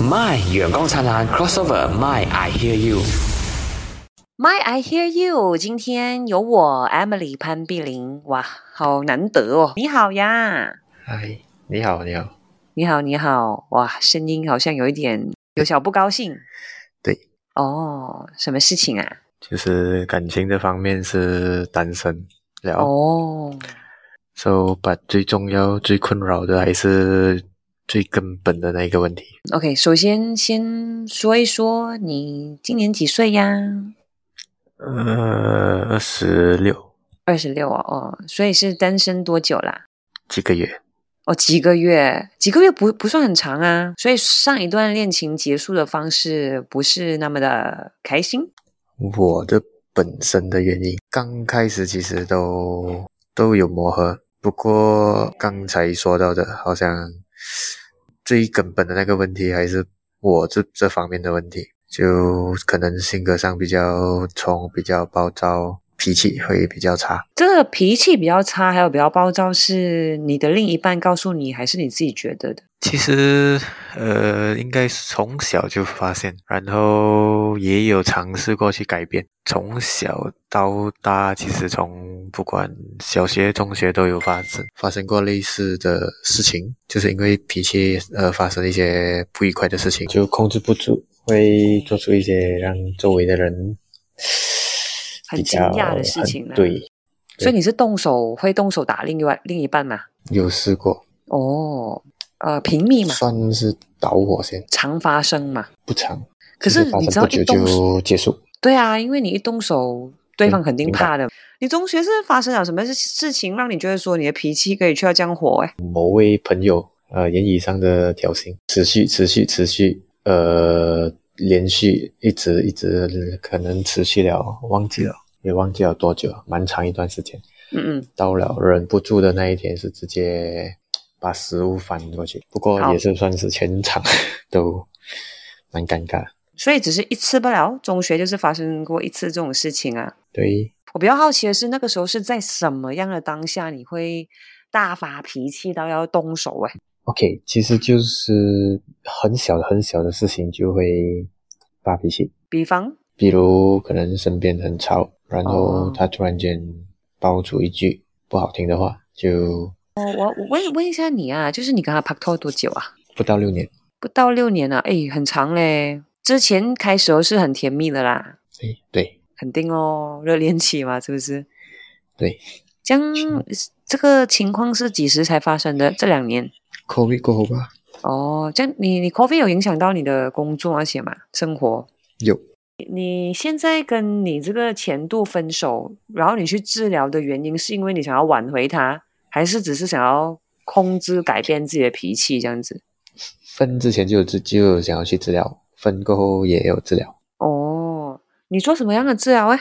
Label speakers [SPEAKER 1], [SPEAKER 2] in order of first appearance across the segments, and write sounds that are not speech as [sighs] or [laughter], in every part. [SPEAKER 1] My 远光灿烂 crossover，My I hear you。
[SPEAKER 2] My I hear you，今天有我 Emily 潘碧玲，哇，好难得哦！你好呀，
[SPEAKER 1] 嗨，你好，你好。
[SPEAKER 2] 你好，你好，哇，声音好像有一点有小不高 [laughs] 兴
[SPEAKER 3] 对，
[SPEAKER 2] 哦，什么事情啊？
[SPEAKER 3] 就是感情这方面是单身了。
[SPEAKER 2] 哦，
[SPEAKER 3] So，把最重要、最困扰的还是最根本的那一个问题。
[SPEAKER 2] OK，首先先说一说你今年几岁呀？
[SPEAKER 3] 呃，二十六
[SPEAKER 2] 二十六哦，哦，所以是单身多久啦？
[SPEAKER 3] 几个月，
[SPEAKER 2] 哦，几个月，几个月不不算很长啊，所以上一段恋情结束的方式不是那么的开心。
[SPEAKER 3] 我的本身的原因，刚开始其实都都有磨合，不过刚才说到的，好像最根本的那个问题还是我这这方面的问题，就可能性格上比较冲，比较暴躁，脾气会比较差。
[SPEAKER 2] 这个脾气比较差，还有比较暴躁，是你的另一半告诉你，还是你自己觉得的？
[SPEAKER 3] 其实，呃，应该是从小就发现，然后也有尝试过去改变。从小到大，其实从不管小学、中学都有发生发生过类似的事情，就是因为脾气呃发生一些不愉快的事情，就控制不住，会做出一些让周围的人
[SPEAKER 2] 很
[SPEAKER 3] 比
[SPEAKER 2] 惊
[SPEAKER 3] 较
[SPEAKER 2] 讶的事
[SPEAKER 3] 很
[SPEAKER 2] 情啊
[SPEAKER 3] 对，对
[SPEAKER 2] 所以你是动手会动手打另外另一半嘛？
[SPEAKER 3] 有试过，
[SPEAKER 2] 哦，呃，平密嘛，
[SPEAKER 3] 算是导火线，
[SPEAKER 2] 常发生嘛。
[SPEAKER 3] 不长，
[SPEAKER 2] 可
[SPEAKER 3] 就是发
[SPEAKER 2] 你
[SPEAKER 3] 生
[SPEAKER 2] 知道
[SPEAKER 3] 不
[SPEAKER 2] 一
[SPEAKER 3] 久
[SPEAKER 2] 动手，
[SPEAKER 3] 就结束。
[SPEAKER 2] 对啊，因为你一动手，对
[SPEAKER 3] 对
[SPEAKER 2] 方肯定
[SPEAKER 3] 明白
[SPEAKER 2] 怕的。你中学是发生了什么事事情，让你觉得说你的脾气可以去到这样火、欸？
[SPEAKER 3] 某位朋友呃言语上的挑衅，持续持续持续呃连续一直一直可能持续了，忘记了也忘记了多久，蛮长一段时间。
[SPEAKER 2] 嗯嗯，
[SPEAKER 3] 到了忍不住的那一天，是直接把食物翻过去，不过
[SPEAKER 2] 好
[SPEAKER 3] 也是算是全场 [laughs] 都蛮尴尬。
[SPEAKER 2] 所以只是一次不了，中学就是发生过一次这种事情啊。
[SPEAKER 3] 对，
[SPEAKER 2] 我比较好奇的是，那个时候是在什么样的当下你会大发脾气到要动手、欸？哎，
[SPEAKER 3] OK，其实就是很小很小的事情就会发脾气，
[SPEAKER 2] 比方
[SPEAKER 3] 比如可能身边很吵，然后
[SPEAKER 2] 哦
[SPEAKER 3] 他突然间爆出一句不好听的话，就
[SPEAKER 2] 我我我问问一下你啊，就是你跟他拍拖多久啊？
[SPEAKER 3] 不到六年，
[SPEAKER 2] 不到六年啊，哎，很长嘞。之前开始哦是很甜蜜的啦，
[SPEAKER 3] 对对
[SPEAKER 2] 肯定哦，热恋期嘛，是不是？
[SPEAKER 3] 对
[SPEAKER 2] 将这个情况是几时才发生的？这两年
[SPEAKER 3] ，COVID 过后吧，
[SPEAKER 2] 哦，这样你你 COVID 有影响到你的工作而且嘛生活？
[SPEAKER 3] 有
[SPEAKER 2] 你现在跟你这个前度分手，然后你去治疗的原因，是因为你想要挽回他，还是只是想要控制、改变自己的脾气这样子？
[SPEAKER 3] 分之前就有治就有想要去治疗，分过后也有治疗。
[SPEAKER 2] 哦，你做什么样的治疗啊？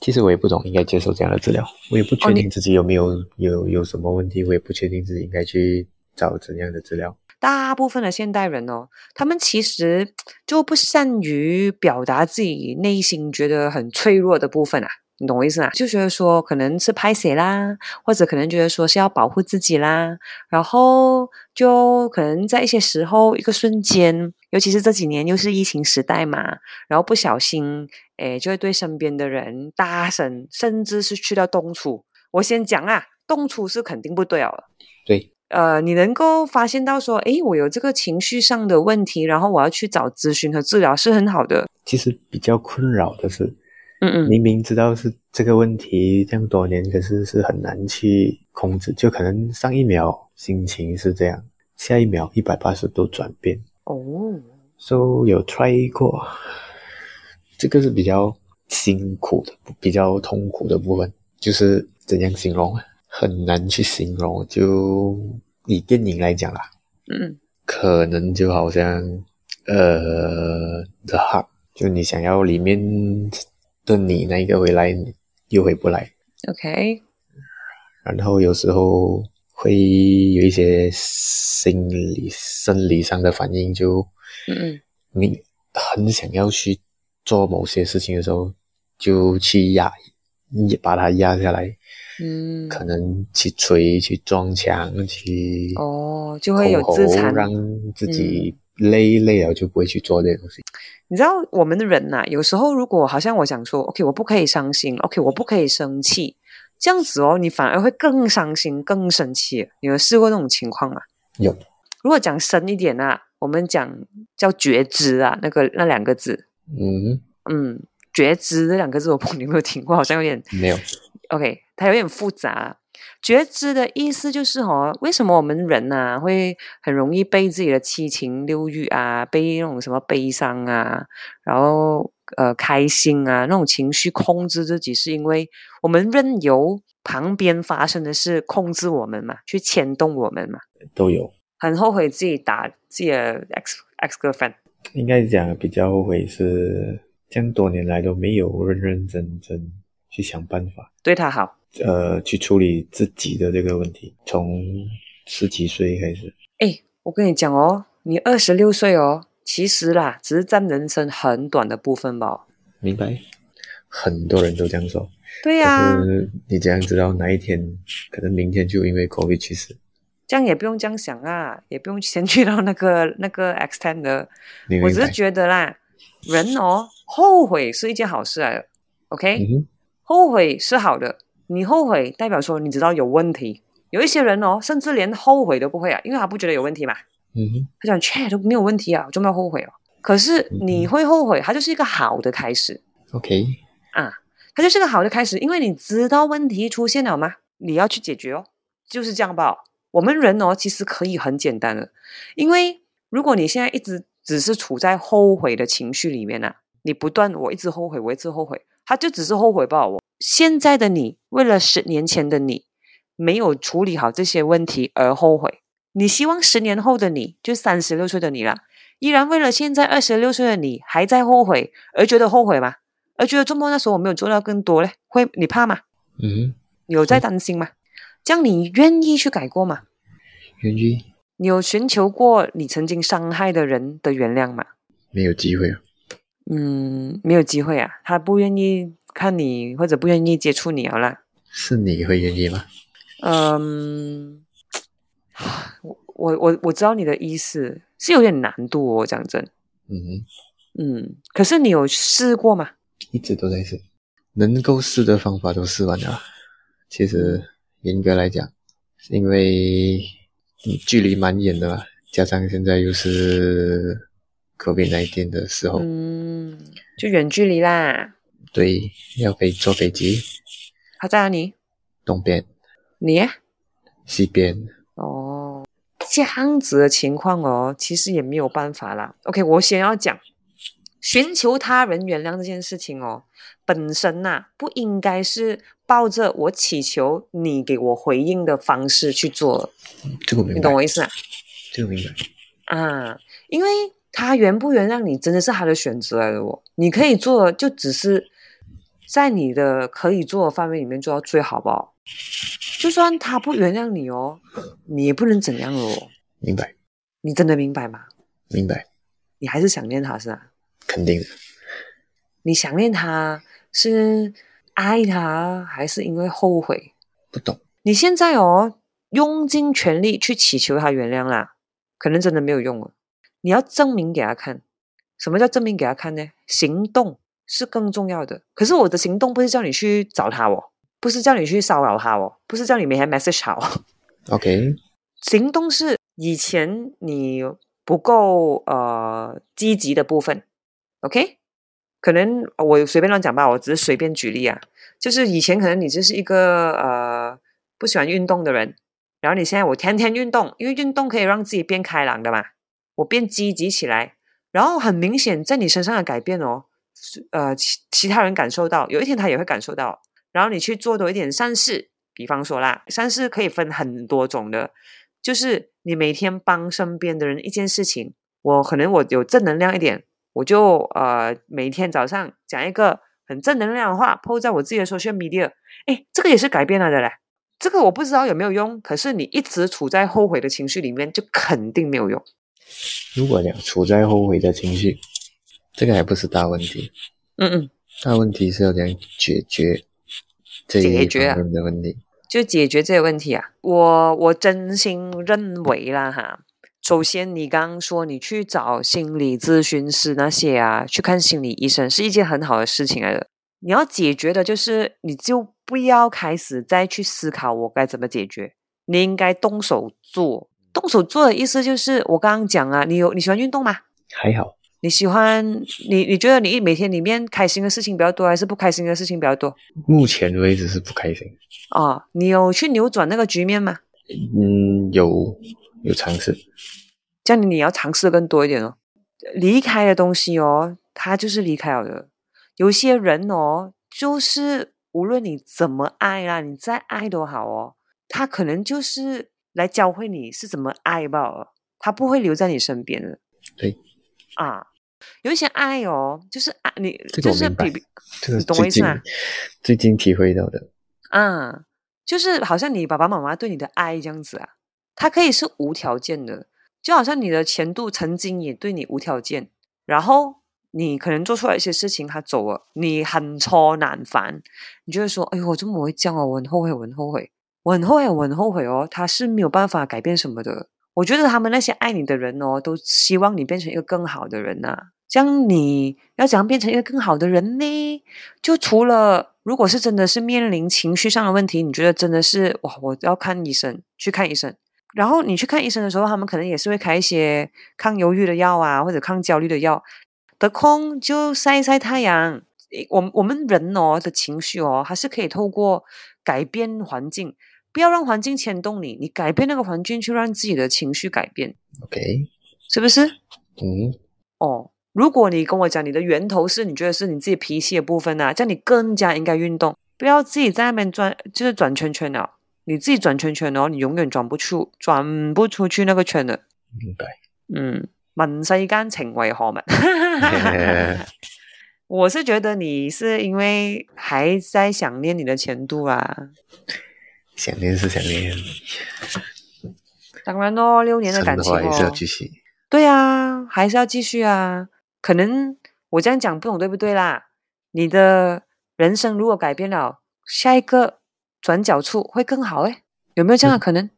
[SPEAKER 3] 其实我也不懂应该接受这样的治疗，我也不确
[SPEAKER 2] 你
[SPEAKER 3] 定自己有没有、有有什么问题，我也不确定自己应该去找怎样的治疗。
[SPEAKER 2] 大部分的现代人哦，他们其实就不善于表达自己内心觉得很脆弱的部分啊。你懂我意思啊？就觉得说可能是拍谁啦，或者可能觉得说是要保护自己啦，然后就可能在一些时候一个瞬间，尤其是这几年又是疫情时代嘛，然后不小心，诶，就会对身边的人大声，甚至是去到动粗。我先讲啊，动粗是肯定不对哦，
[SPEAKER 3] 对，
[SPEAKER 2] 呃，你能够发现到说，诶，我有这个情绪上的问题，然后我要去找咨询和治疗是很好的。
[SPEAKER 3] 其实比较困扰的是，
[SPEAKER 2] 嗯嗯，
[SPEAKER 3] 明明知道是这个问题这样多年，可是是很难去控制，就可能上一秒心情是这样，下一秒一百八十度转变。
[SPEAKER 2] 哦，
[SPEAKER 3] So 有 try 过，这个是比较辛苦的，比较痛苦的部分，就是怎样形容啊，很难去形容。就以电影来讲啦，
[SPEAKER 2] 嗯
[SPEAKER 3] 可能就好像呃，The Heart，就你想要里面的你那一个回来，又回不来。
[SPEAKER 2] ，OK，
[SPEAKER 3] 然后有时候会有一些心理、生理上的反应，就
[SPEAKER 2] 嗯嗯，
[SPEAKER 3] 你很想要去做某些事情的时候，就去压，你把它压下来，
[SPEAKER 2] 嗯，
[SPEAKER 3] 可能去捶、去撞墙、去
[SPEAKER 2] 哦，就会有
[SPEAKER 3] 口
[SPEAKER 2] 自
[SPEAKER 3] 喉
[SPEAKER 2] 残嗯
[SPEAKER 3] 让自己累累了就不会去做这些东西。
[SPEAKER 2] 你知道我们的人呐、有时候如果好像我想说，OK，我不可以伤心，OK，我不可以生气，这样子哦，你反而会更伤心、更生气。你有试过那种情况吗？
[SPEAKER 3] 有。
[SPEAKER 2] 如果讲深一点啊，我们讲叫觉知啊，那个那两个字，
[SPEAKER 3] 嗯，
[SPEAKER 2] 嗯，觉知这两个字，我不你有没有听过？好像有点
[SPEAKER 3] 没有。
[SPEAKER 2] OK，它有点复杂。觉知的意思就是哦，为什么我们人呐、会很容易被自己的七情六欲啊，被那种什么悲伤啊，然后呃开心啊那种情绪控制自己，是因为我们任由旁边发生的事控制我们嘛，去牵动我们嘛，
[SPEAKER 3] 都有。
[SPEAKER 2] 很后悔自己打自己的 ex ex girlfriend。
[SPEAKER 3] 应该讲比较后悔是，这样多年来都没有认认真真去想办法，
[SPEAKER 2] 对他好。
[SPEAKER 3] 呃，去处理自己的这个问题。从十几岁开始，
[SPEAKER 2] 哎，我跟你讲哦，你二十六岁哦，其实啦，只是占人生很短的部分吧哦。
[SPEAKER 3] 明白？很多人都这样说。
[SPEAKER 2] 对啊
[SPEAKER 3] 可
[SPEAKER 2] 呀、
[SPEAKER 3] 是你怎样知道哪一天，可能明天就因为 COVID 去世？
[SPEAKER 2] 这样也不用这样想啊，也不用先去到那个那个 extend 的。
[SPEAKER 3] 你
[SPEAKER 2] 我
[SPEAKER 3] 明
[SPEAKER 2] 只
[SPEAKER 3] 白
[SPEAKER 2] 是？觉得啦，人哦，后悔是一件好事来的，OK，、
[SPEAKER 3] 嗯哼，
[SPEAKER 2] 后悔是好的。你后悔代表说你知道有问题。有一些人哦，甚至连后悔都不会啊，因为他不觉得有问题嘛，
[SPEAKER 3] 嗯哼，
[SPEAKER 2] 他想切都没有问题啊，我就没有后悔哦。可是
[SPEAKER 3] 嗯
[SPEAKER 2] 你会后悔，它就是一个好的开始。
[SPEAKER 3] OK，
[SPEAKER 2] 它啊就是个好的开始，因为你知道问题出现了吗？你要去解决哦，就是这样吧。我们人哦，其实可以很简单的，因为如果你现在一直只是处在后悔的情绪里面呢、啊，你不断我一直后悔，我一直后悔，他就只是后悔吧。我哦现在的你，为了十年前的你没有处理好这些问题而后悔，你希望十年后的你，就三十六岁的你啦，依然为了现在二十六岁的你还在后悔而觉得后悔吗？而觉得周末那时候我没有做到更多嘞，会你怕吗？
[SPEAKER 3] 嗯哼，
[SPEAKER 2] 你有在担心吗？这样你愿意去改过吗？
[SPEAKER 3] 原居
[SPEAKER 2] 你有寻求过你曾经伤害的人的原谅吗？
[SPEAKER 3] 没有机会了。
[SPEAKER 2] 嗯，没有机会啊，他不愿意看你或者不愿意接触你好啦。
[SPEAKER 3] 是你会愿意吗？
[SPEAKER 2] 嗯， [sighs] 我我我我知道你的意思是有点难度哦，讲真，
[SPEAKER 3] 嗯哼。
[SPEAKER 2] 嗯，可是你有试过吗？
[SPEAKER 3] 一直都在试，能够试的方法都试完了。其实严格来讲，是因为嗯距离蛮远的嘛，加上现在又是 COVID 1 9的时候，
[SPEAKER 2] 嗯，就远距离啦。
[SPEAKER 3] 对，要飞坐飞机，
[SPEAKER 2] 他在哪里？
[SPEAKER 3] 东边、
[SPEAKER 2] 你耶？
[SPEAKER 3] 西边，
[SPEAKER 2] 哦，这样子的情况哦，其实也没有办法啦。OK，我先要讲，寻求他人原谅这件事情哦，本身呐、不应该是抱着我祈求你给我回应的方式去做，
[SPEAKER 3] 这个我明
[SPEAKER 2] 你
[SPEAKER 3] 白
[SPEAKER 2] 懂，我意思啊？
[SPEAKER 3] 这个我明白。
[SPEAKER 2] 啊，因为他原不原谅你，真的是他的选择来的哦。你可以做的就只是在你的可以做的范围里面做到最好吧。就算他不原谅你哦，你也不能怎样了哦。
[SPEAKER 3] 明白，
[SPEAKER 2] 你真的明白吗？
[SPEAKER 3] 明白，
[SPEAKER 2] 你还是想念他是吧？
[SPEAKER 3] 肯定的，
[SPEAKER 2] 你想念他是爱他，还是因为后悔？
[SPEAKER 3] 不懂，
[SPEAKER 2] 你现在哦，用尽全力去祈求他原谅啦，可能真的没有用了。哦你要证明给他看，什么叫证明给他看呢？行动是更重要的。可是我的行动不是叫你去找他哦，不是叫你去骚扰他哦，不是叫你每天 message 他哦。
[SPEAKER 3] OK，
[SPEAKER 2] 行动是以前你不够呃积极的部分，OK？可能我随便乱讲吧，我只是随便举例啊。就是以前可能你就是一个呃不喜欢运动的人，然后你现在我天天运动，因为运动可以让自己变开朗的嘛，我变积极起来，然后很明显在你身上的改变哦，是呃其其他人感受到，有一天他也会感受到，然后你去做多一点善事，比方说啦，善事可以分很多种的，就是你每天帮身边的人一件事情。我可能我有正能量一点，我就呃每天早上讲一个很正能量的话，po 在我自己的 social media。哎，这个也是改变了的嘞。这个我不知道有没有用，可是你一直处在后悔的情绪里面，就肯定没有用。
[SPEAKER 3] 如果讲处在后悔的情绪，这个还不是大问题，
[SPEAKER 2] 嗯嗯，
[SPEAKER 3] 大问题是要怎样解决这
[SPEAKER 2] 解
[SPEAKER 3] 一
[SPEAKER 2] 决啊
[SPEAKER 3] 方面的问题。
[SPEAKER 2] 就解决这个问题啊。我我真心认为啦哈，首先，你刚刚说你去找心理咨询师那些啊，去看心理医生是一件很好的事情来的。你要解决的就是，你就不要开始再去思考我该怎么解决，你应该动手做。动手做的意思就是，我刚刚讲啊，你有你喜欢运动吗？
[SPEAKER 4] 还好，
[SPEAKER 2] 你喜欢你你觉得你一每天里面开心的事情比较多，还是不开心的事情比较多
[SPEAKER 4] 目前为止是不开心。
[SPEAKER 2] 啊、你有去扭转那个局面吗？
[SPEAKER 4] 嗯，有有尝试，
[SPEAKER 2] 这样你要尝试更多一点哦。离开的东西哦，它就是离开了的。有一些人哦，就是无论你怎么爱啦，你再爱都好哦，他可能就是来教会你是怎么爱吧哦，他不会留在你身边的。
[SPEAKER 4] 对
[SPEAKER 2] 啊，有一些爱哦，就是爱你，
[SPEAKER 4] 这个
[SPEAKER 2] 就
[SPEAKER 4] 我
[SPEAKER 2] 是
[SPEAKER 4] 明白
[SPEAKER 2] 比比，
[SPEAKER 4] 这是
[SPEAKER 2] 你懂我
[SPEAKER 4] 最
[SPEAKER 2] 意思啊
[SPEAKER 4] 近
[SPEAKER 2] 吗
[SPEAKER 4] 最近体会到的。
[SPEAKER 2] 啊，就是好像你爸爸妈妈对你的爱这样子啊，它可以是无条件的，就好像你的前度曾经也对你无条件，然后你可能做出来一些事情，他走了，你很挫难烦，你就会说，哎呦，我怎么会这样啊？我很后悔，我很后悔，我很后悔，我很后悔哦，他是没有办法改变什么的。我觉得他们那些爱你的人哦，都希望你变成一个更好的人呐、啊这样你要怎样变成一个更好的人呢？就除了如果是真的是面临情绪上的问题，你觉得真的是哇，我要看医生，去看医生。然后你去看医生的时候，他们可能也是会开一些抗忧郁的药啊，或者抗焦虑的药。得空就晒一晒太阳。诶我们我们人哦的情绪哦，还是可以透过改变环境，不要让环境牵动你，你改变那个环境，去让自己的情绪改变，
[SPEAKER 4] OK，
[SPEAKER 2] 是不是？
[SPEAKER 4] 嗯，
[SPEAKER 2] 哦，如果你跟我讲你的源头是你觉得是你自己脾气的部分啊，这样你更加应该运动，不要自己在那边转，就是转圈圈了。你自己转圈圈哦，你永远转不出，转不出去那个圈的。
[SPEAKER 4] 明
[SPEAKER 2] [laughs]
[SPEAKER 4] 白。
[SPEAKER 2] 嗯，问世间情为何物？ [laughs] 我是觉得你是因为还在想念你的前度啊。
[SPEAKER 4] 想念是想念，
[SPEAKER 2] 当然咯，六年的
[SPEAKER 4] 生
[SPEAKER 2] 感
[SPEAKER 4] 的
[SPEAKER 2] 情
[SPEAKER 4] 话也是要
[SPEAKER 2] 哦，
[SPEAKER 4] 继续。
[SPEAKER 2] 对啊，还是要继续啊。可能我这样讲不懂对不对啦？你的人生如果改变了，下一个转角处会更好诶，有没有这样的可能？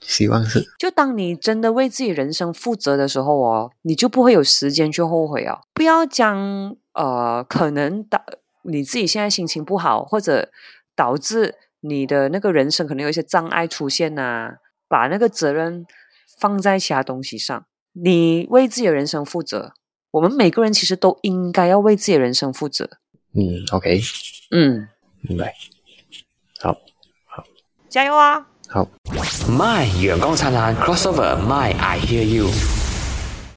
[SPEAKER 4] 希望是
[SPEAKER 2] 就当你真的为自己人生负责的时候哦，你就不会有时间去后悔哦。不要将呃，可能导你自己现在心情不好，或者导致你的那个人生可能有一些障碍出现呐、把那个责任放在其他东西上。你为自己的人生负责，我们每个人其实都应该要为自己的人生负责。
[SPEAKER 4] 嗯，OK，
[SPEAKER 2] 嗯，
[SPEAKER 4] 明白。
[SPEAKER 2] 加油啊！
[SPEAKER 4] 好，
[SPEAKER 2] 啊
[SPEAKER 1] My 阳光灿烂 crossover My I Hear You。